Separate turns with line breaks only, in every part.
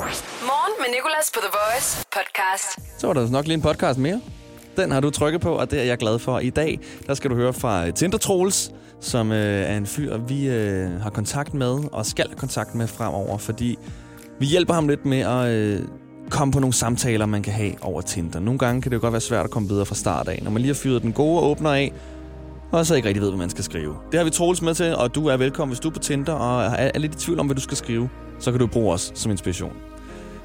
Morgen med Nicolas på The Voice podcast.
Så var der altså nok lige en podcast mere. Den har du trykket på, og det er jeg glad for. I dag, der skal du høre fra øh, Tinder Trolls, som øh, er en fyr, vi øh, har kontakt med, og skal have kontakt med fremover, fordi vi hjælper ham lidt med at øh, komme på nogle samtaler, man kan have over Tinder. Nogle gange kan det jo godt være svært at komme videre fra start af, når man lige har fyret den gode åbner af, og så ikke rigtig ved, hvad man skal skrive. Det har vi Troels med til, og du er velkommen, hvis du er på Tinder og er er lidt i tvivl om, hvad du skal skrive. Så kan du bruge os som inspiration.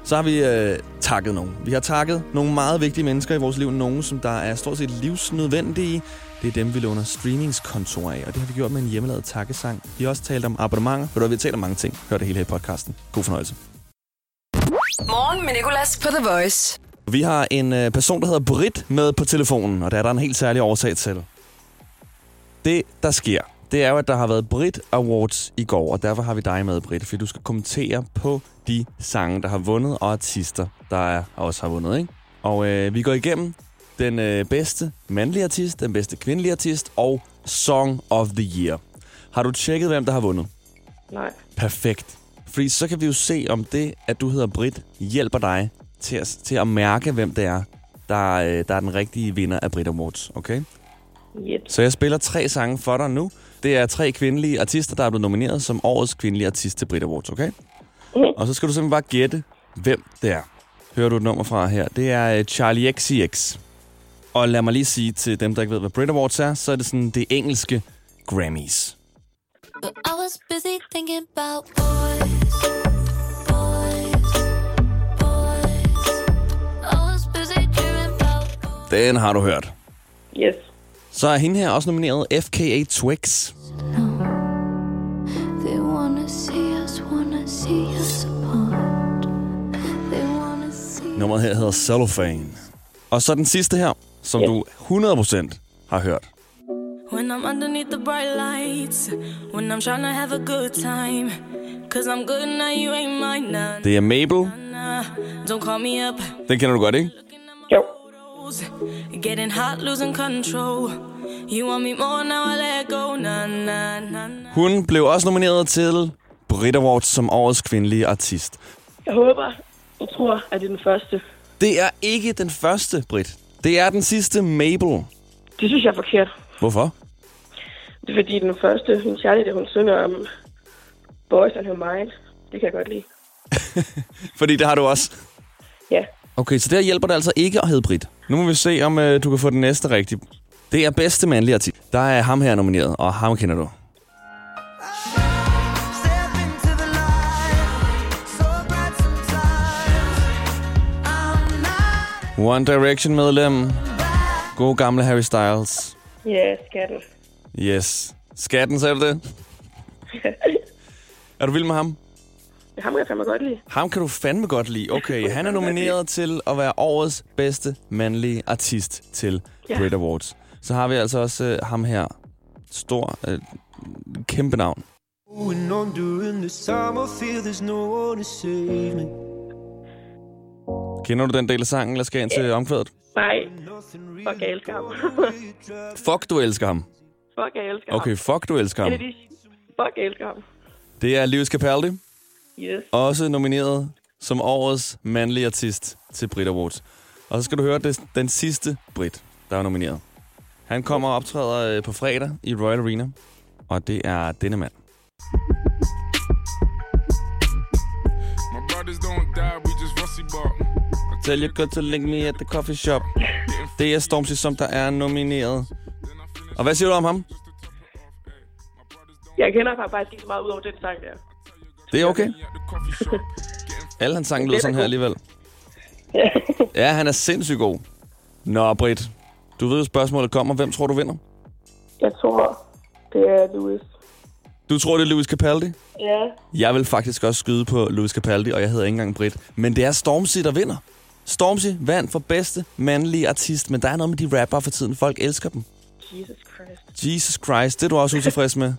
Så har vi øh, takket nogen. Vi har takket nogle meget vigtige mennesker i vores liv. Nogle, som der er stort set livsnødvendige. Det er dem, vi låner streamingskontor af, og det har vi gjort med en hjemmelavet takkesang. Vi har også talt om abonnementer. Ved du, hvad, vi har talt om mange ting. Hør det hele her i podcasten. God fornøjelse.
Morgen med Nicolas på The Voice.
Vi har en øh, person, der hedder Britt, med på telefonen, og der er der en helt særlig årsag til. Det, der sker, det er jo, at der har været Brit Awards i går, og derfor har vi dig med, Britt, fordi du skal kommentere på de sange, der har vundet, og artister, der er, også har vundet, ikke? Og øh, vi går igennem den øh, bedste mandlige artist, den bedste kvindelige artist og Song of the Year. Har du tjekket, hvem der har vundet?
Nej.
Perfekt. Fordi så kan vi jo se, om det, at du hedder Brit, hjælper dig til at, til at mærke, hvem det er, der, øh, der er den rigtige vinder af Brit Awards, okay?
Yep.
Så jeg spiller tre sange for dig nu. Det er tre kvindelige artister, der er blevet nomineret som årets kvindelige artist til Brit Awards, okay? Og så skal du simpelthen bare gætte, hvem det er. Hører du et nummer fra her? Det er øh, Charlie XCX. Og lad mig lige sige til dem, der ikke ved, hvad Brit Awards er, så er det sådan det engelske Grammys.
But I was busy thinking about boys. Boys. Boys. I was busy dreaming about boys.
Den har du hørt.
Yes.
Så er hende her også nomineret FKA Twix.
They wanna see us, wanna see us apart. They wanna see
Nummeret her hedder Cellophane. Og så den sidste her, som
Ja.
du 100% har hørt.
When I'm underneath the bright lights, when I'm trying to have a good time, cause I'm good now, you ain't mine now.
Det er Mabel.
Nah, don't call me up.
Den kender du godt, ikke?
Looking at my
Jo.
photos, getting hot, losing control. You want me more now, I let go. Nah, nah, nah, nah.
Hun blev også nomineret til Brit Awards som årets kvindelige artist.
Jeg håber, jeg tror, at det er den første.
Det er ikke den første, Brit. Det er den sidste, Mabel.
Det synes jeg er forkert.
Hvorfor?
Det er fordi den første, hun Charlie, det hun synger om Boys and Her Mind. Det kan jeg godt lide.
Fordi det har du også.
Ja.
Okay, så der hjælper det altså ikke at hedde Brit. Nu må vi se, om øh, du kan få den næste rigtig. Det er bedste mandlige artist. Der er ham her nomineret, og ham kender du.
Step into the light, so bright sometimes. I'm not
One Direction medlem. God gamle Harry Styles.
Ja, skatten.
Yes. Skatten, sagde du det? er du vild med ham?
Det ham kan jeg fandme godt lide.
Ham kan du fandme godt lide. Okay, han er nomineret til at være årets bedste mandlige artist til
Ja.
Brit Awards. Så har vi altså også øh, ham her. Stor, øh, kæmpe navn.
going on during the summer, feel there's no one to save me.
Kender du den del af sangen, eller skal jeg ind til omkvædet?
Nej,
Nothing
fuck, jeg elsker ham.
really drives
Fuck, du elsker ham.
fuck, jeg elsker
Okay,
ham.
fuck, du elsker ham.
En af de... Fuck, jeg elsker ham.
Det er Lewis Capaldi,
Yes.
også nomineret som årets mandlige artist til Brit Awards. Og så skal du høre det, den sidste Brit, der er nomineret. Han kommer og optræder øh, på fredag i Royal Arena, og det er denne mand.
My brothers don't die, we just rusty bark. I
Tell you good to link me at the coffee shop. Det er Stormzy, som der er nomineret.
then I finish
Og hvad siger du om ham?
just to top it off, ayy. My brothers don't
Jeg kender ham faktisk ikke så meget ud over den sang der.
Det er okay.
be at the coffee shop. Getting
Alle hans sange lyder sådan her alligevel.
Ja.
Ja, han er sindssygt god. Nå, Britt. Du ved jo, spørgsmålet kommer. Hvem tror du vinder?
jeg tror, det er Louis.
Du tror, det er Louis Capaldi?
Ja.
Jeg vil faktisk også skyde på Louis Capaldi, og jeg hedder ikke engang Britt. Men det er Stormzy, der vinder. Stormzy vandt for bedste mandlige artist, men der er noget med de rapper for tiden. Folk elsker dem.
Jesus Christ.
Jesus Christ, det er du også utilfreds med.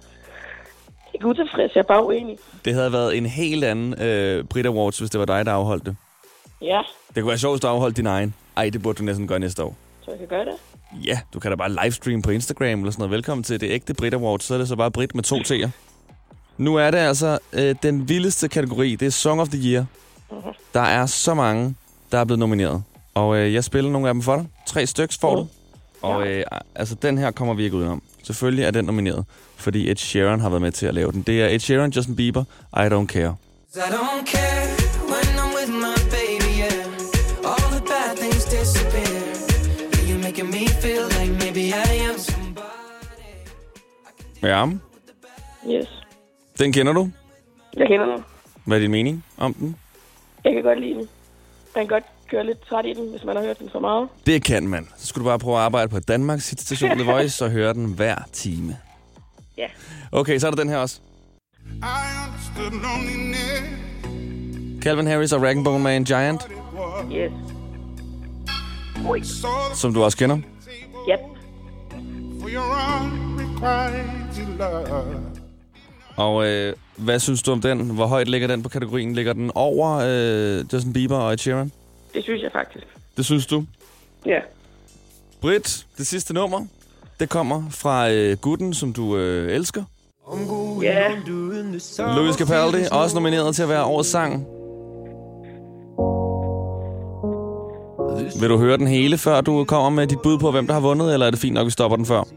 Ikke utilfreds, jeg er bare uenig.
Det havde været en helt anden øh, Brit Awards, hvis det var dig, der afholdte det.
Ja,
Det kunne være sjovt, hvis du afholdt din egen. Ej, det burde du næsten gøre næste år.
så jeg kan gøre det.
Ja, du kan da bare livestream på Instagram eller sådan noget. Velkommen til det ægte Brit Awards. Så er det så bare Brit med to T'er. Nu er det altså øh, den vildeste kategori. Det er Song of the Year. Der er så mange, der er blevet nomineret. Og øh, jeg spiller nogle af dem for dig. Tre styks får du. Og øh, altså, den her kommer vi ikke udenom. Selvfølgelig er den nomineret, fordi Ed Sheeran har været med til at lave den. Det er Ed Sheeran, Justin Bieber, I Don't
I
Care.
don't care when I'm with my baby, yeah. All the bad things disappear. Yeah, you're making me feel like maybe I am somebody.
Ja,
Yes.
den kender du.
Jeg kender den.
Hvad er din mening om den?
Jeg kan godt lide den. Man kan godt køre lidt træt i den, hvis man har hørt den for meget.
Det kan man. Så skulle du bare prøve at arbejde på Danmarks hitstation The Voice og høre den hver time.
Ja.
Okay, så er der den her også.
I understood loneliness.
Calvin Harris og Rag Bone Man Giant,
What it was.
Yes.
Saw the
som du også kender.
table
Yep.
for your unrequited love.
Og øh, hvad synes du om den? Hvor højt ligger den på kategorien? Ligger den over øh, Justin Bieber og Ed Sheeran?
Det synes jeg faktisk.
Det synes du.
Ja.
Britt, det sidste nummer, det kommer fra øh, gutten, som du øh, elsker.
I'm going
Ja.
under in the summer
Louis Capaldi,
feels
også nomineret til at være årets sang. Vil du høre den hele, før du kommer med dit bud på, hvem der har vundet, eller er det fint nok, vi stopper den før?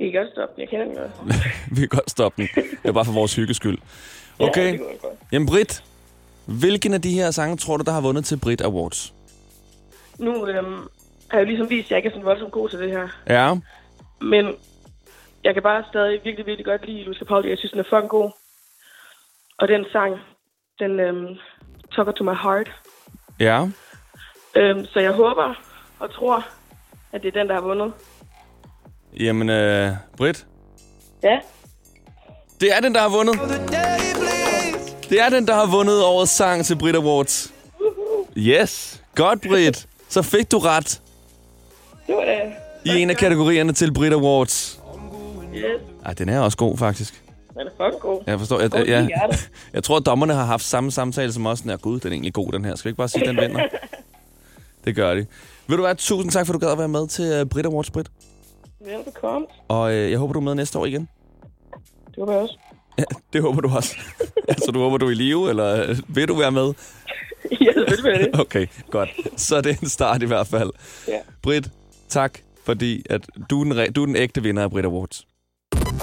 Vi kan godt stoppe den. Jeg kender den godt.
vi kan godt stoppe den. Det er bare for vores hygges skyld.
Ja,
Okay,
det kunne jeg godt.
jamen Britt, hvilken af de her sange tror du, der har vundet til Brit Awards?
Nu øhm, har jeg jo ligesom vist, at jeg ikke er sådan voldsomt god til det her.
Ja,
Men jeg kan bare stadig virkelig, virkelig godt lide Louis Capaldi. Jeg synes, den er fucking god. Og den sang, den øhm, talker to my heart.
ja.
Øhm, så jeg håber og tror, at det er den, der har vundet.
Jamen, øh, Britt,
Ja.
det er den, der har vundet.
the day, please.
Det er den, der har vundet årets sang til Brit Awards. Yes. Godt, Britt. Så fik du ret
Det var det.
i en af kategorierne til Brit Awards.
Yes.
Ej, den er også god, faktisk.
Den er fucking god.
Jeg forstår. Jeg,
God
jeg,
i
jeg,
hjertet.
jeg tror, at dommerne har haft samme samtale som os. Sådan, "Ja, gud, den er egentlig god, den her. Skal vi ikke bare sige, den vinder? Det gør de. Vil du være tusind tak, for at du gad at være med til øh, Brit Awards, Britt.
Velbekomme.
Og øh, jeg håber, du er med næste år igen.
Det håber jeg også.
Ja, det håber du også. altså, du håber, du er i live, eller øh, vil du være med?
ja, selvfølgelig vil jeg det.
Okay, godt. Så er det en start i hvert fald.
Ja.
Britt, tak, fordi at du, er den, re- du er den ægte vinder af Brit Awards.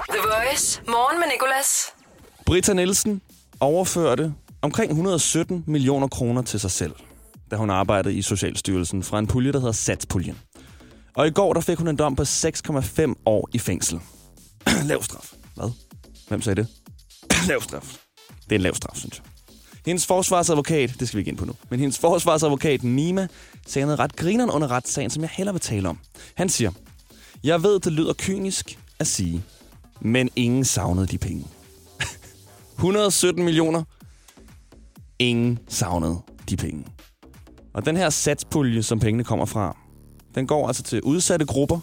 The Voice. Morgen med Nicolas.
Britta Nielsen overførte omkring 117 millioner kroner til sig selv, da hun arbejdede i Socialstyrelsen fra en pulje, der hedder Satspuljen. Og i går der fik hun en dom på 6,5 år i fængsel. lav straf. Hvad? Hvem sagde det? lav straf. Det er en lav straf, synes jeg. Hendes forsvarsadvokat, det skal vi ikke ind på nu, men hendes forsvarsadvokat Nima sagde noget ret grineren under retssagen, som jeg hellere vil tale om. Han siger, jeg ved, det lyder kynisk at sige, men ingen savnede de penge. 117 millioner. Ingen savnede de penge. Og den her satspulje, som pengene kommer fra, den går altså til udsatte grupper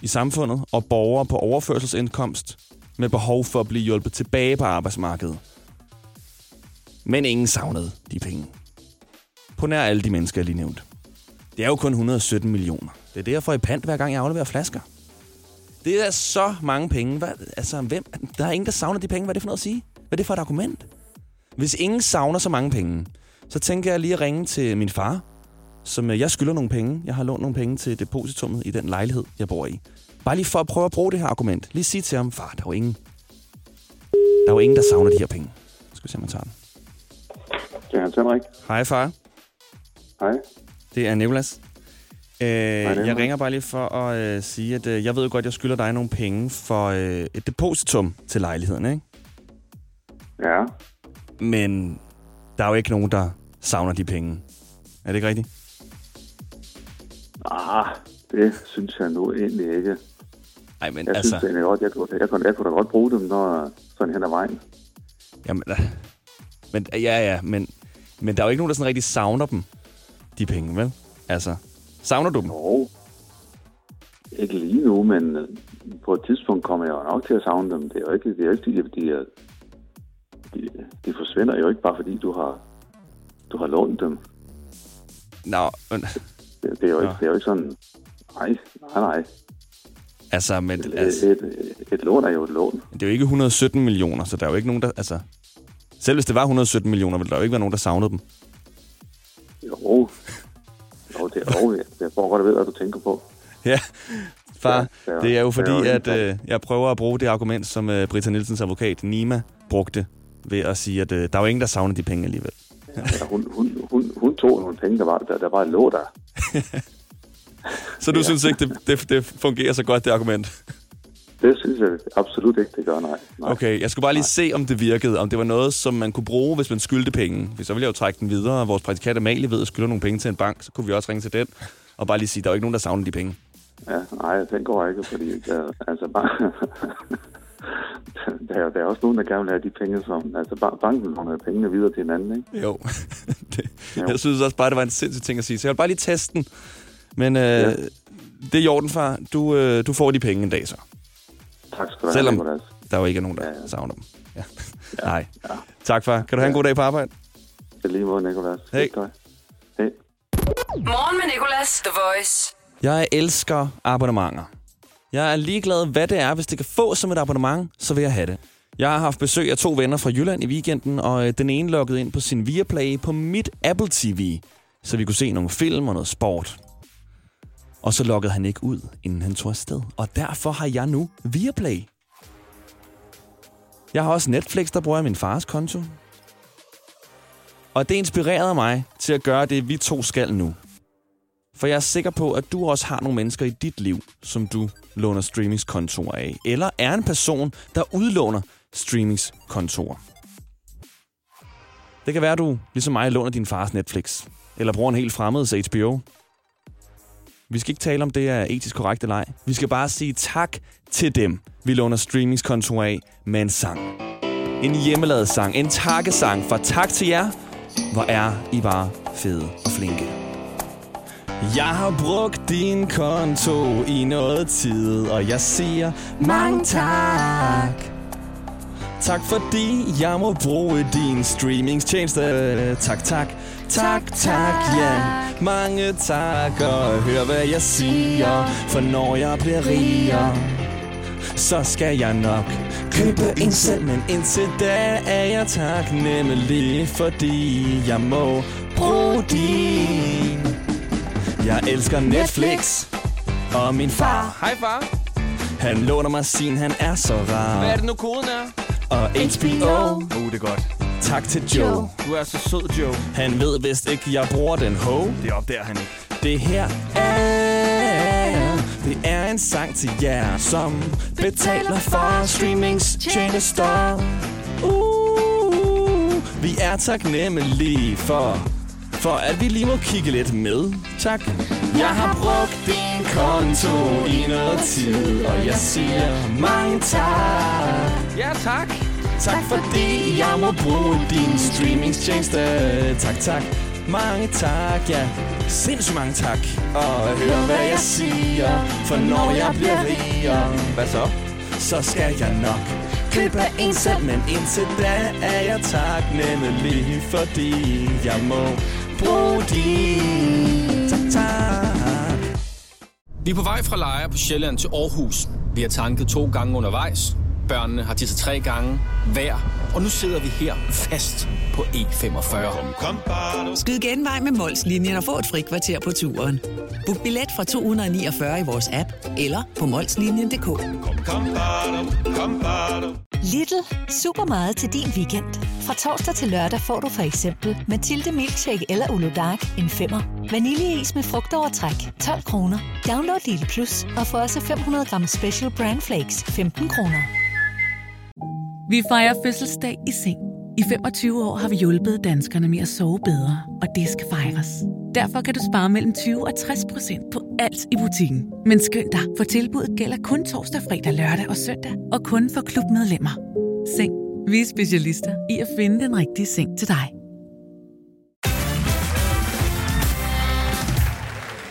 i samfundet og borgere på overførselsindkomst med behov for at blive hjulpet tilbage på arbejdsmarkedet. Men ingen savnede de penge. På nær alle de mennesker, jeg lige nævnte. Det er jo kun 117 millioner. Det er det, jeg får i pant, hver gang jeg afleverer flasker. Det er så mange penge. Hvad, altså, hvem? Der er ingen, der savner de penge. Hvad er det for noget at sige? Hvad er det for et argument? Hvis ingen savner så mange penge, så tænker jeg lige at ringe til min far, som øh, jeg skylder nogle penge. Jeg har lånt nogle penge til depositummet i den lejlighed, jeg bor i. Bare lige for at prøve at bruge det her argument. Lige sige til ham, far, der er jo ingen, der, er jo ingen, der savner de her penge. Skal vi se, om jeg tager den.
Det er Hans Henrik.
Hej, far.
Hej.
Det er Nicolas. Øh, jeg
Nicolas.
ringer bare lige for at øh, sige, at øh, jeg ved jo godt, jeg skylder dig nogle penge for øh, et depositum til lejligheden, ikke?
Ja.
Men der er jo ikke nogen, der savner de penge. Er det ikke rigtigt?
Ah, det synes jeg nu egentlig ikke.
Nej, men
Jeg altså... synes egentlig godt, jeg kunne, jeg, kunne, jeg kunne da godt bruge dem, når sådan hen ad vejen.
Jamen, øh, men, øh, ja, ja, men, men der er jo ikke nogen, der sådan rigtig savner dem, de penge, vel? Altså, savner du dem?
Og ikke lige nu, men øh, på et tidspunkt kommer jeg jo nok til at savne dem. Det er jo ikke, det er jo ikke de, de, er- de, de forsvinder jo ikke bare fordi du har, du har lånt dem.
Nå, men,
Det, det, er, jo ikke,
Nå.
det er jo ikke sådan, nej, nej, nej.
altså, men
Et,
altså,
et, et, et lån er jo et lån.
det er jo ikke 117 millioner, så der er jo ikke nogen, der... Altså, Selv hvis det var 117 millioner, ville der jo ikke være nogen, der savnede dem.
Jo. Jo, det er jo, jeg- jeg tror godt, jeg ved, hvad du tænker på.
Ja, far,
Ja, ja.
det er jo
Det er
fordi,
jo
at øh, jeg prøver at bruge det argument, som øh, Britta Nielsens advokat Nima brugte ved at sige, at øh, der er jo ingen, der savner de penge alligevel.
Altså, hun, hun, hun, hun tog nogle penge, der var der, der bare lå der.
Så du ja. synes ikke, det, det, det fungerer så godt, det argument?
Det synes jeg absolut ikke, det gør, nej. nej.
Okay, jeg skulle bare lige se, om det virkede, om det var noget, som man kunne bruge, hvis man skyldte penge. Hvis så ville jeg jo trække den videre, vores praktikant Amalie ved, at skylder nogle penge til en bank, så kunne vi også ringe til den og bare lige sige, der er jo ikke nogen, der savner de penge.
Ja, nej, den går ikke, fordi øh, altså bare... der, er, der er også nogen, der gerne vil have de penge, som... Altså, ba- banken låner jo pengene videre til hinanden, ikke?
Jo. det,
Jo.
jeg synes også bare, det var en sindssyg ting at sige, så jeg vil bare lige teste den. Men øh, ja.
Ja.
det er i orden, far. Du, øh, du får de penge en dag så.
Tak skal du have,
Selvom
Nicolas.
der jo ikke er nogen, der
Ja, ja.
savner dem. Ja. Nej. Tak, far. Kan du have en god dag på arbejde?
Det er lige måde, Nicolas.
Hej.
Fedt dig. Hej.
Morgen med Nicolas, The Voice.
Jeg elsker abonnementer. Jeg er ligeglad, hvad det er. Hvis det kan få som et abonnement, så vil jeg have det. Jeg har haft besøg af to venner fra Jylland i weekenden, og øh, den ene loggede ind på sin Viaplay på mit Apple TV, så vi kunne se nogle film og noget sport. Og så loggede han ikke ud, inden han tog afsted. Og derfor har jeg nu Viaplay. Jeg har også Netflix, der bruger jeg min fars konto. Og det inspirerede mig til at gøre det, vi to skal nu. For jeg er sikker på, at du også har nogle mennesker i dit liv, som du låner streamingskontorer af. Eller er en person, der udlåner streamingskontorer. Det kan være, at du, ligesom mig, låner din fars Netflix. Eller bruger en helt fremmedes HBO. Vi skal ikke tale om, det er etisk korrekt eller ej. Vi skal bare sige tak til dem, vi låner streamingskontorer af med en sang. En hjemmelavet sang. En takkesang. For tak til jer. Hvor er I bare fede og flinke. Jeg har brugt din konto i noget tid, og jeg siger mange tak. Tak fordi jeg må bruge din streamingstjeneste. Tak, tak. Tak, tak, ja. Mange tak, og hør hvad jeg siger. For når jeg bliver rigere, så skal jeg nok købe en selv. Men indtil da er jeg taknemmelig, fordi jeg må bruge din. Jeg elsker Netflix og min far. Hej far. Han låner mig sin, han er så rar. Hvad er det nu koden er? Og HBO.
Uh, det er godt.
Tak til Joe.
Du er så sød, Joe.
Han ved vist ikke, jeg bruger den ho.
Det opdager han ikke.
Det her er, det er en sang til jer, som betaler for streamingstjenester. Uh, vi er taknemmelige for, for at vi lige må kigge lidt med. Tak. Jeg har brugt din konto i noget tid, og jeg siger mange tak.
Ja, tak.
Tak fordi jeg må bruge din streamingstjeneste. Tak, tak. Mange tak, ja. Sindssygt mange tak. Og hør, hvad jeg siger, for når jeg bliver rigere,
Hvad så?
så skal jeg nok købe en selv. Men indtil da er jeg taknemmelig, fordi jeg må bruge din. Tak, tak.
Vi er på vej fra Lejre på Sjælland til Aarhus. Vi har tanket to gange undervejs. Børnene har tisset tre gange hver. Og nu sidder vi her fast på E E45.
Skyd genvej med Molslinjen og få et fri kvarter på turen. Book billet fra 249 i vores app eller på molslinjen.dk.
Little. Super meget til din weekend. Fra torsdag til lørdag får du for eksempel Mathilde Milkshake eller Ulo Dark en femmer. Vaniljeis med frugtovertræk 12 kroner. Download Little Plus og få også 500 gram Special Brand Flakes 15 kroner.
Vi fejrer fødselsdag i seng. I 25 år har vi hjulpet danskerne med at sove bedre, og det skal fejres. Derfor kan du spare mellem 20 og 60 procent på alt i butikken. Men skynd dig, for tilbuddet gælder kun torsdag, fredag, lørdag og søndag, og kun for klubmedlemmer. Seng. Vi er specialister i at finde den rigtige seng til dig.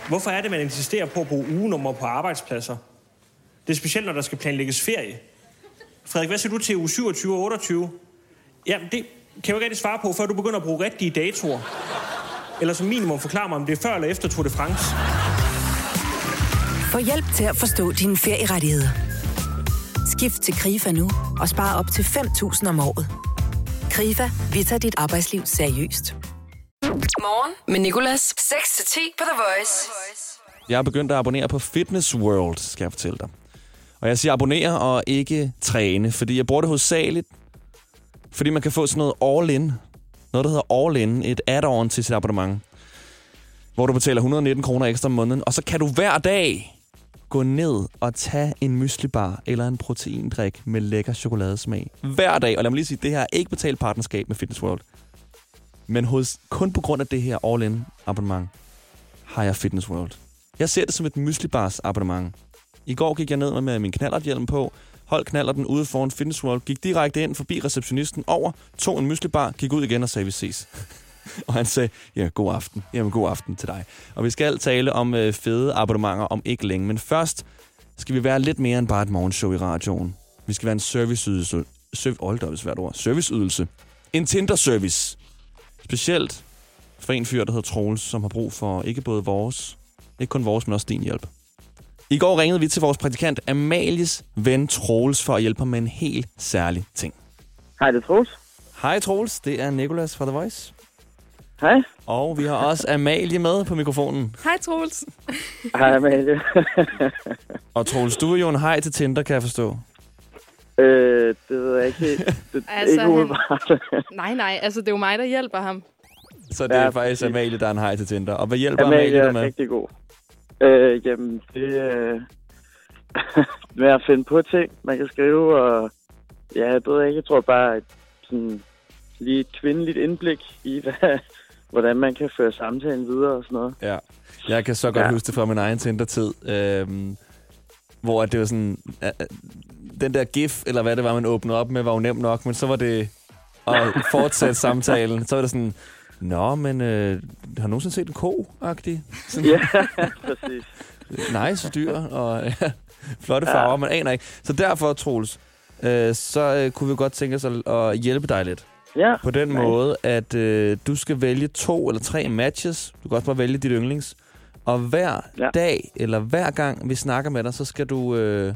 Hvorfor er det, man insisterer på at bruge ugenummer på arbejdspladser? Det er specielt, når der skal planlægges ferie. Frederik, hvad siger du til uge 27 og 28? Jamen, det kan jeg jo ikke rigtig svare på, før du begynder at bruge rigtige datoer. Eller som minimum forklare mig, om det er før eller efter Tour de France.
Få hjælp til at forstå dine ferierettigheder. Skift til KRIFA nu og spare op til 5.000 om året. Krifa, vi tager dit arbejdsliv seriøst.
Morgen med Nicolas. 6-10 på The Voice.
Jeg er begyndt at abonnere på Fitness World, skal jeg fortælle dig. Og jeg siger abonnere og ikke træne, fordi jeg bruger det hovedsageligt, fordi man kan få sådan noget all-in. Noget, der hedder all-in, et add-on til sit abonnement. Hvor du betaler 119 kroner ekstra om måneden, og så kan du hver dag gå ned og tage en müslibar eller en proteindrik med lækker chokoladesmag. Hver dag, og lad mig lige sige, det her er ikke betalt partnerskab med Fitness World. Men hos, kun på grund af det her all-in abonnement, har jeg Fitness World. Jeg ser det som et müslibars abonnement. I går gik jeg ned med min knallerthjelm på, holdt knallerten ude foran Fitness World, gik direkte ind forbi receptionisten over, tog en müslibar, gik ud igen og sagde, vi ses. og han sagde, ja, god aften. Jamen, god aften til dig. Og vi skal tale om øh, fede abonnementer om ikke længe, men først skal vi være lidt mere end bare et morgenshow i radioen. Vi skal være en serviceydelse. Serv- Hold da op, det er et svært ord. Serviceydelse. En Tinder-service. Specielt for en fyr, der hedder Troels, som har brug for ikke både vores, ikke kun vores, men også din hjælp. I går ringede vi til vores praktikant Amalies ven Troels for at hjælpe ham med en helt særlig ting.
Hej, det er Troels.
Hej Troels, det er Nikolas fra The Voice.
Hej.
Og vi har også Amalie med på mikrofonen.
Hej Troels.
Hej, Amalie.
Og Troels, du er jo en hej til Tinder, kan jeg forstå.
øh, det ved jeg ikke helt. Det, altså, ikke umiddelbart.
Nej, nej, altså det er jo mig, der hjælper ham.
Så det
Ja,
er faktisk Amalie, der er en hej til Tinder. Og hvad hjælper Amalie,
Amalie
Amalie dig
er
med?
rigtig god. Øh, jamen, det øh, med at finde på ting, man kan skrive, og ja, det ved jeg ikke, jeg tror bare, et sådan lige et kvindeligt indblik i, hvad, hvordan man kan føre samtalen videre og sådan noget.
Ja. Jeg kan så godt ja.
Ja.
huske det fra min egen Tinder-tid, øhm, hvor det var sådan, øh, øh, den der gif, eller hvad det var, man åbnede op med, var jo nemt nok, men så var det at fortsætte samtalen. Så var det sådan, nå, men øh, har du nogensinde set en ko-agtig? Sådan,
Ja, præcis.
nice dyr, og ja, flotte farver, ja. man aner ikke. Så derfor, Troels, øh, så øh, kunne vi godt tænke os at, at hjælpe dig lidt.
Ja.
På den
Nej.
måde, at øh, du skal vælge to eller tre matches. Du kan også bare vælge dit yndlings. Og hver ja. dag, eller hver gang vi snakker med dig, så skal du øh,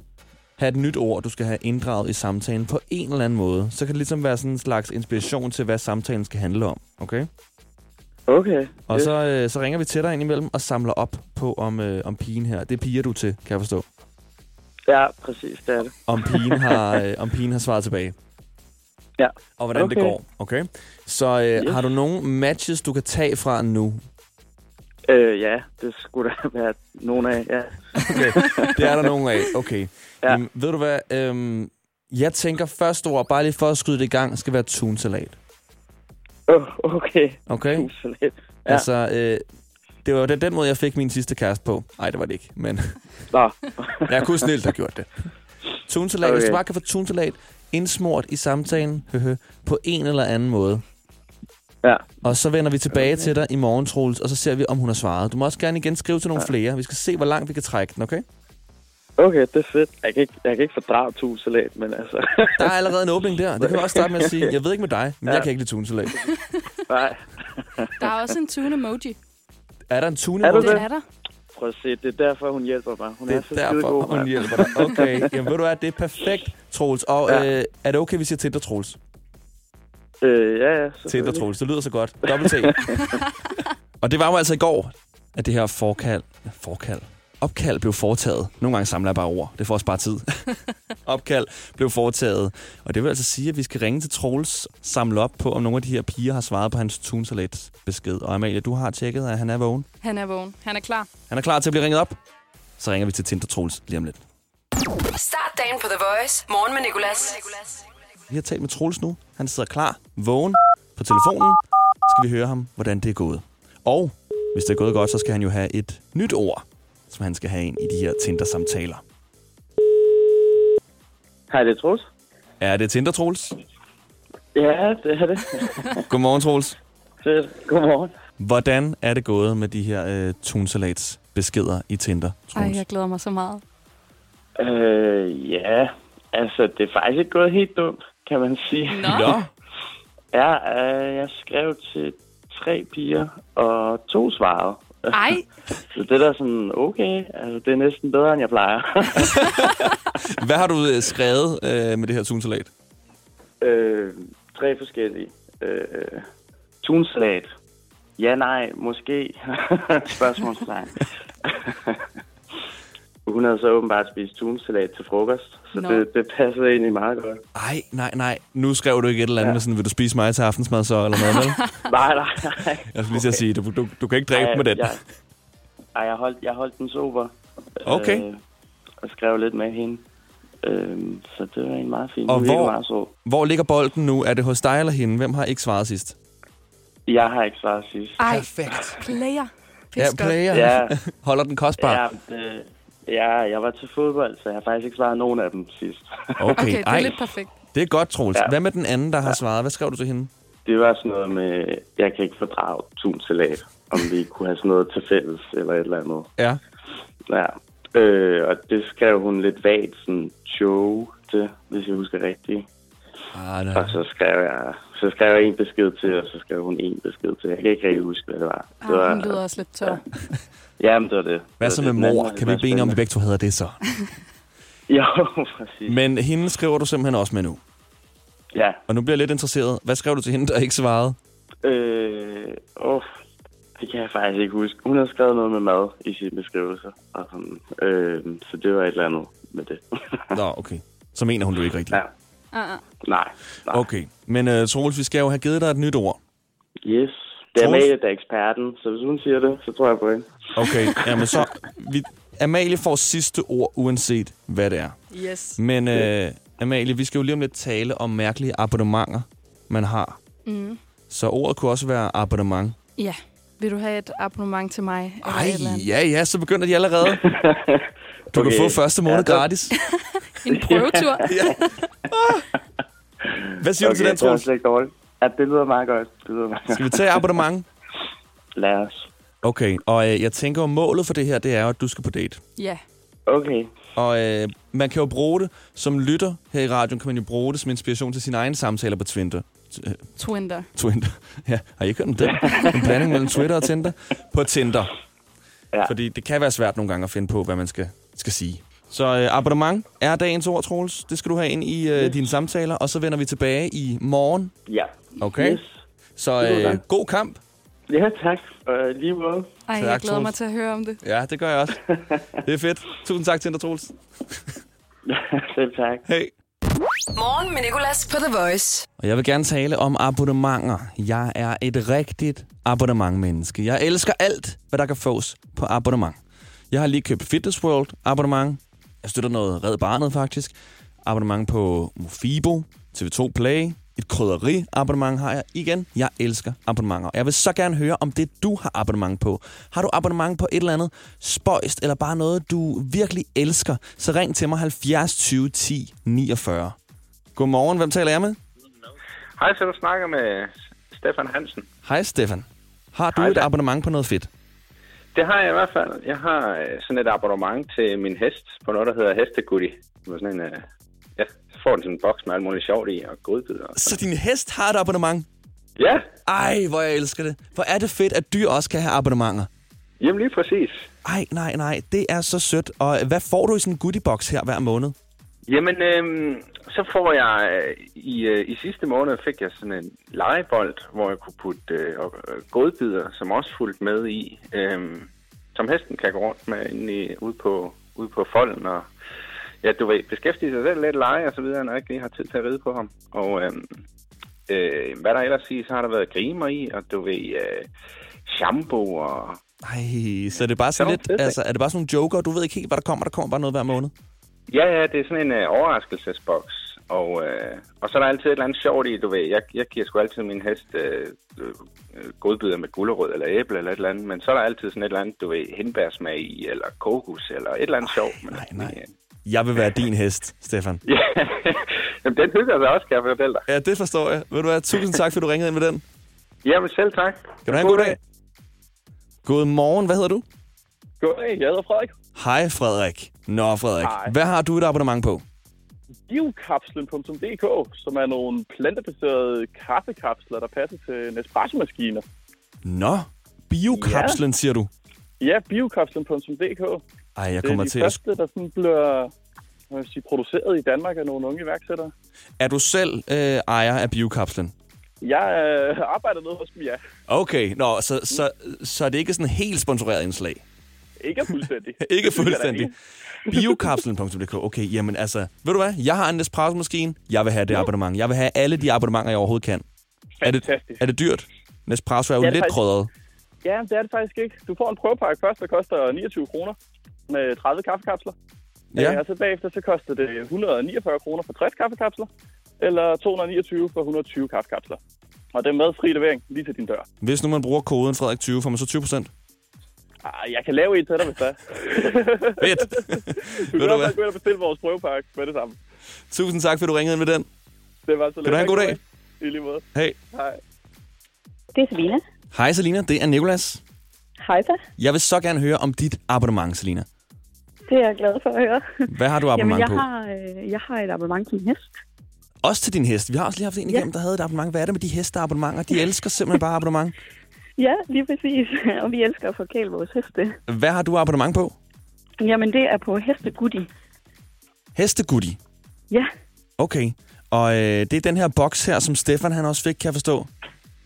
have et nyt ord, du skal have inddraget i samtalen på en eller anden måde. Så kan det ligesom være sådan en slags inspiration til, hvad samtalen skal handle om. Okay?
Okay.
Og så, øh, så ringer vi til dig indimellem og samler op på, om, øh, om pigen her. Det er piger, du er til, kan jeg forstå.
Ja, præcis, det er det.
Om pigen har, øh, om pigen har svaret tilbage.
Ja.
Og hvordan okay. det
Okay.
går. Okay? Så øh, yes.
Yes.
har du nogle matches, du kan tage fra nu?
Øh, ja, det skulle der være nogen af, ja.
Okay, det er der nogen af. Okay. Ja. Jamen, ved du hvad? Øhm, jeg tænker første ord, bare lige for at skyde det i gang, skal være tunsalat.
Oh, okay.
Okay?
Tunsalat.
Ja. Altså, øh, det var jo den, den måde, jeg fik min sidste kæreste på. Nej, det var det ikke, men...
Nå.
jeg kunne snilt have gjort det. Tunsalat, okay. hvis du
Okay.
bare kan få tunsalat indsmurt i samtalen høhø, på en eller anden måde.
Ja.
Og så vender vi tilbage okay. til dig i morgen, Troels, og så ser vi, om hun har svaret. Du må også gerne igen skrive til nogle ja. flere. Vi skal se, hvor langt vi kan trække den, okay?
Okay, det er fedt. Jeg kan ikke, jeg kan ikke fordrage tunsalat, men altså...
Der er allerede en åbning der. Det kan jeg også starte med at sige. Jeg ved ikke med dig, men ja. jeg kan ikke lide tunsalat.
Nej.
Der er også en tune emoji.
Er der en tune
Er du
Den er der.
Prøv at se, det er derfor, hun hjælper mig. Hun
Det
det
er
er så
derfor,
skidegod,
hun
mand.
hjælper dig. Okay, jamen ved du hvad, det er perfekt, Troels. Og ja.
Ja.
øh, er det okay, vi siger Tinder, Troels?
Øh, ja, ja.
Tinder,
selvfølgelig.
Troels, det lyder så godt. Dobbelt T. og det var jo altså i går, at det her forkald, forkald, opkald blev foretaget. Nogle gange samler jeg bare ord. Det får os bare tid. opkald blev foretaget. Og det vil altså sige, at vi skal ringe til Troels, samle op på, om nogle af de her piger har svaret på hans tunsalat besked. Og Amalie, du har tjekket, at han er vågen.
Han er vågen. Han er klar.
Han er klar til at blive ringet op. Så ringer vi til Tinder Troels lige om lidt.
Start dagen på The Voice. Morgen med Nicolas.
Vi har talt med Troels nu. Han sidder klar, vågen på telefonen. Skal vi høre ham, hvordan det er gået. Og hvis det er gået godt, så skal han jo have et nyt ord, som han skal have ind i de her Tinder-samtaler.
Hej, det er Troels.
Er det Tinder, Troels?
Ja, det er det.
Godmorgen, Troels.
fedt. Godmorgen.
Hvordan er det gået med de her øh, tunsalats beskeder i Tinder?
Ej, jeg glæder mig så meget.
Øh, ja. Altså, det er faktisk ikke gået helt dumt, kan man sige.
Nå. Nå.
Ja, øh, jeg skrev til tre piger, og to svarede.
Ej.
Så det er da sådan, okay, altså det er næsten bedre, end jeg plejer.
Hvad har du øh, skrevet øh, med det her tunsalat?
øh, tre forskellige. Øh, tunsalat. Ja, nej, måske. Spørgsmålstegn. Hun havde så åbenbart spist tunsalat til frokost, så
Nå.
det, det passede egentlig meget godt.
Ej, nej, nej. Nu skrev du ikke et eller andet, ja. sådan, vil du spise mig til aftensmad så, eller noget, vel?
nej, nej, nej.
Jeg skulle lige til at sige, du, du, du kan ikke dræbe
Ej,
med den.
Jeg, ej, jeg holdt, jeg holdt den sober.
Okay.
Øh, og skrev lidt med hende. Øh, så det var egentlig meget fint.
Og
Hun virkede
hvor-
Meget sød.
Hvor ligger bolden nu? Er det hos dig eller hende? Hvem har ikke svaret sidst?
Jeg har ikke svaret sidst.
Ej,
Perfekt.
player.
Ja,
Pis godt.
player.
Ja.
Holder den kostbar?
Ja, det, ja, jeg var til fodbold, så jeg har faktisk ikke svaret nogen af dem sidst.
Okay, Okay, det er ej. lidt
perfekt.
Det er godt, Troels.
Ja.
Hvad med den anden, der har svaret? Hvad skrev du til hende?
Det var sådan noget med, jeg kan ikke fordrage tunsalat, om vi kunne have sådan noget til fælles eller et eller andet.
Ja.
Ja. Øh, og det skrev hun lidt vagt, sådan show til, hvis jeg husker rigtigt.
Ah,
og så skrev, jeg, så skrev jeg en besked til, og så skrev hun en besked til. Jeg kan ikke rigtig huske, hvad det var. Det
Ah,
var
hun lyder også lidt tør.
jamen, det var det.
Hvad
Det
så
var
med
det. Den anden
mor?
var
Kan vi
lidt
ikke blive enige om, at vi
spændende.
begge to hedder det så?
Jo, præcis.
Men hende skriver du simpelthen også med nu.
Ja.
Og nu bliver jeg lidt interesseret. Hvad skrev du til hende, der ikke svarede?
Øh, åh, det kan jeg faktisk ikke huske. Hun har skrevet noget med mad i sin beskrivelse. Og sådan, øh, så det var et eller andet med det.
Nå, okay. Så mener hun du ikke rigtigt. Ja.
Ah, ah.
Nej.
Okay. Men uh, Troels, vi skal jo have givet dig et nyt ord.
Yes. Det er
Troels?
Amalie, der er eksperten, så hvis hun siger det, så tror jeg på hende.
Okay, jamen så... Vi, Amalie får sidste ord, uanset hvad det er.
Yes.
Men uh, Amalie, vi skal jo lige om lidt tale om mærkelige abonnementer, man har.
Mm.
Så ordet kunne også være abonnement.
Ja. Vil du have et abonnement til mig? Eller
Ej,
et eller andet?
ja, ja, så begynder de allerede. Du okay.
Okay.
kan få første måned
Ja,
ja,
så-
gratis.
En prøvetur? ja.
Hvad siger du til den,
det var
Troels?
slet ikke dårligt. Ja, det lyder meget godt. Det lyder meget
Skal vi tage abonnement?
Lad os.
Okay, og øh, jeg tænker, at målet for det her, det er jo, at du skal på date.
Ja.
Okay.
Og øh, man kan jo bruge det som lytter her i radioen, kan man jo bruge det som inspiration til sine egne samtaler på Twitter. T- øh,
Twinder.
Twinder. Ja, har I ikke hørt om det? En blanding mellem Twitter og Tinder? På Tinder.
Ja.
Fordi det kan være svært nogle gange at finde på, hvad man skal, skal sige. Så øh, abonnement er dagens ord, Troels. Det skal du have ind i øh, dine samtaler, og så vender vi tilbage i morgen.
Ja.
Okay?
Yes.
Så
Det lyder
øh,
godt.
god kamp.
Ja, tak. Og lige måde.
Ej, jeg
Tak,
glæder
Troels.
mig til at høre om det.
Ja, det gør jeg også. Det er fedt. Tusind tak, Tinder Troels.
Selv tak.
Hej.
Morgen med Nicolas på The Voice.
Og jeg vil gerne tale om abonnementer. Jeg er et rigtigt abonnementmenneske. Jeg elsker alt, hvad der kan fås på abonnement. Jeg har lige købt Fitness World abonnement. Jeg støtter noget Red Barnet faktisk. Abonnement på Mofibo, TV2 Play. Et krydderi abonnement har jeg igen. Jeg elsker abonnementer. Og Jeg vil så gerne høre om det, du har abonnement på. Har du abonnement på et eller andet spøjst, eller bare noget, du virkelig elsker, så ring til mig 70 20 10 49. Godmorgen, hvem taler jeg med?
Hej, så du snakker med Stefan Hansen.
Hej Stefan. Har du
Hej,
et abonnement på noget fedt?
Det har jeg i hvert fald. Jeg har øh, sådan et abonnement til min hest på noget, der hedder Hestegudi. Det var sådan en... Øh, ja, så får den sådan en boks med alt muligt sjovt i og godbidder.
Så din hest har et abonnement?
Ja.
Ej, hvor jeg elsker det. Hvor er det fedt, at dyr også kan have abonnementer.
Jamen lige præcis.
Ej, nej, nej. Det er så sødt. Og hvad får du i sådan en goodiebox her hver måned?
Jamen, øh, så får jeg... Øh, i, øh, I sidste måned fik jeg sådan en legebold, hvor jeg kunne putte øh, og- øh, godbidder, som også fulgte med i. Øh, som hesten kan gå rundt med inde i, ude, på, ude på folden og ja, du ved, beskæftige sig selv lidt, lege og så videre, når jeg ikke lige har tid til at ride på ham. Og øhm, øh, hvad der ellers siges, så har der været grimer i, og du ved, øh, shampoo og...
Ej, så er det bare sådan
Jo,
lidt...
fedt, ikke?
altså, er det bare sådan nogle joker? Du ved ikke helt, hvad der kommer. Der kommer bare noget hver måned.
Ja, ja, det er sådan en øh, overraskelsesboks. Og, øh, og så er der altid et eller andet sjovt i, du ved. Jeg, jeg giver sgu altid min hest øh, øh, øh, godbidder med gulerod eller æble eller et eller andet, men så er der altid sådan et eller andet, du ved, hindbærsmag i, eller kokos, eller et eller andet sjovt. Men, nej, nej.
Jeg vil være din hest, Stefan.
Ja, Jamen, den hygger sig også, kan jeg fortælle dig.
Ja, det forstår jeg. Ved du hvad, tusind tak, fordi du ringede ind med den.
Jamen selv tak.
Kan du have en god dag? Godmorgen, hvad hedder du?
Goddag, jeg hedder Frederik.
Hej Frederik. Nå Frederik,
Hej.
hvad har du et abonnement på?
Biokapslen.dk, som er nogle plantebaserede kaffekapsler, der passer til Nespresso-maskiner.
Nå, biokapslen, ja. siger du.
Ja, biokapslen.dk.
Ej, jeg
det
kommer
er de
til at-
første, der sådan bliver hvad vil jeg sige, produceret i Danmark af nogle unge iværksættere.
Er du selv øh, ejer af biokapslen?
Jeg øh, arbejder noget hos dem, ja.
Okay, nå, så, så, så er det ikke sådan helt sponsoreret indslag?
Ikke fuldstændig.
ikke fuldstændig. Biokapslen.dk. Okay, jamen altså, ved du hvad? Jeg har en Nespresso-maskine. Jeg vil have det abonnement. Jeg vil have alle de abonnementer, jeg overhovedet kan. Er det, er det dyrt? Nespresso er jo
Ja,
ja,
det er
lidt
faktisk-
krødret.
Ja, det er det faktisk ikke. Du får en prøvepakke først, der koster 29 kroner med 30 kaffekapsler.
Ja.
Øh, og så bagefter, så koster det 149 kroner for 60 kaffekapsler, eller 229 for 120 kaffekapsler. Og det er med fri levering lige til din dør.
Hvis nu man bruger koden Frederik20, får man så 20 procent.
Ah, jeg kan lave en til dig, hvis der.
Fedt.
du kan
Ved du
også
hvad?
gå ind og bestille vores prøvepakke med det samme.
Tusind tak, fordi du ringede ind med den.
Det var så
Kan du have en god dag?
I lige måde.
Hej.
Hej.
Det er Selina.
Hej Selina, det er Nikolas.
Hej da.
Jeg vil så gerne høre om dit abonnement, Selina.
Det er jeg glad for at høre.
Hvad har du abonnement
Jamen, jeg
på?
Har, øh, jeg har et abonnement til en hest.
Også til din hest. Vi har også lige haft en
Ja.
igennem, der havde et abonnement. Hvad er det med de hesteabonnementer? De elsker simpelthen bare abonnement.
Ja, lige præcis. Og vi elsker at forkæle vores heste.
Hvad har du abonnement på?
Jamen, det er på hestegudi.
Hestegudi.
Ja,
Okay. Og øh, det er den her boks her, som Stefan han også fik, kan jeg forstå.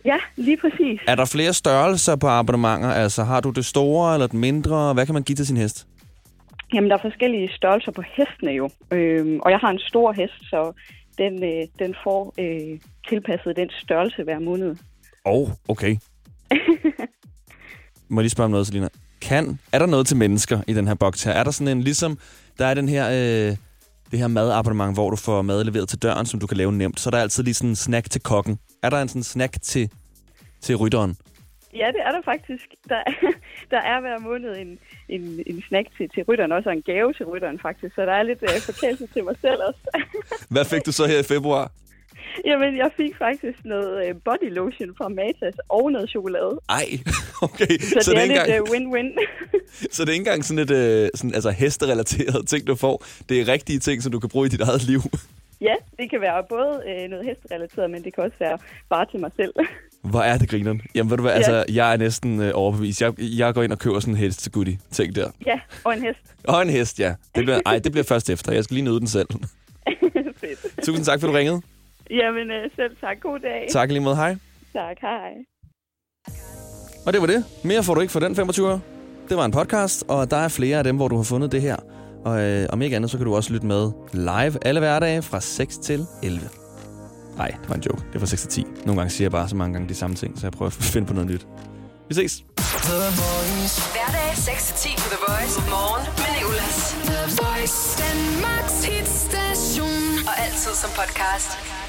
ja, lige præcis.
Er der flere størrelser på abonnementer? Altså har du det store eller den mindre? Hvad kan man give til sin hest?
Jamen, der er forskellige størrelser på hestene jo. Øhm, og jeg har en stor hest, så den, øh, den får øh, tilpasset den størrelse hver måned.
Åh, oh, okay. Må jeg lige spørge om noget, Selina? Kan, er der noget til mennesker i den her boks her? Er der sådan en, ligesom, der er den her, øh, det her madabonnement, hvor du får mad leveret til døren, som du kan lave nemt. Så er der altid lige sådan en snack til kokken. Er der en sådan snack til, til rytteren?
Ja, det er der faktisk. Der, der er hver måned en, en, en snack til, til rytteren også, og en gave til rytteren faktisk. Så der er lidt øh, forkælelse til mig selv også.
Hvad fik du så her i februar?
Jamen, jeg fik faktisk noget øh, body lotion fra Matas og noget chokolade.
Ej, okay.
Så, så
det
det, er,
ikke
lidt
engang,
øh, win-win.
så det er ikke engang sådan et øh, sådan, altså hesterelaterede ting, du får. Det er rigtige ting, som du kan bruge i dit eget liv.
ja, det kan være både øh, noget hesterelateret, men det kan også være bare til mig selv.
Hvor er det grineren? Jamen ved du hvad,
Ja.
altså, jeg er næsten øh, overbevist. Jeg, jeg går ind og køber sådan en hest til goodie ting der.
ja, og en hest.
Og en hest, ja. Det bliver, ej, det bliver først efter. Jeg skal lige nyde den selv.
Fedt.
Tusind tak, for du ringede.
Jamen, øh, selv tak. God dag.
Tak i lige måde. Hej.
Tak, hej.
Og det var det. Mere får du ikke for den 25 år. Det var en podcast, og der er flere af dem, hvor du har fundet det her. Og øh, om ikke andet, så kan du også lytte med live alle hverdage fra 6 til 11. Nej, det var en joke. Det var 6 til 10. Nogle gange siger jeg bare så mange gange de samme ting, så jeg prøver at finde på noget nyt. Vi ses.
The Voice. Hverdag 6-10 på The Voice. Morgen med Nicolas. The Voice. Danmarks hitstation. Og altid som podcast.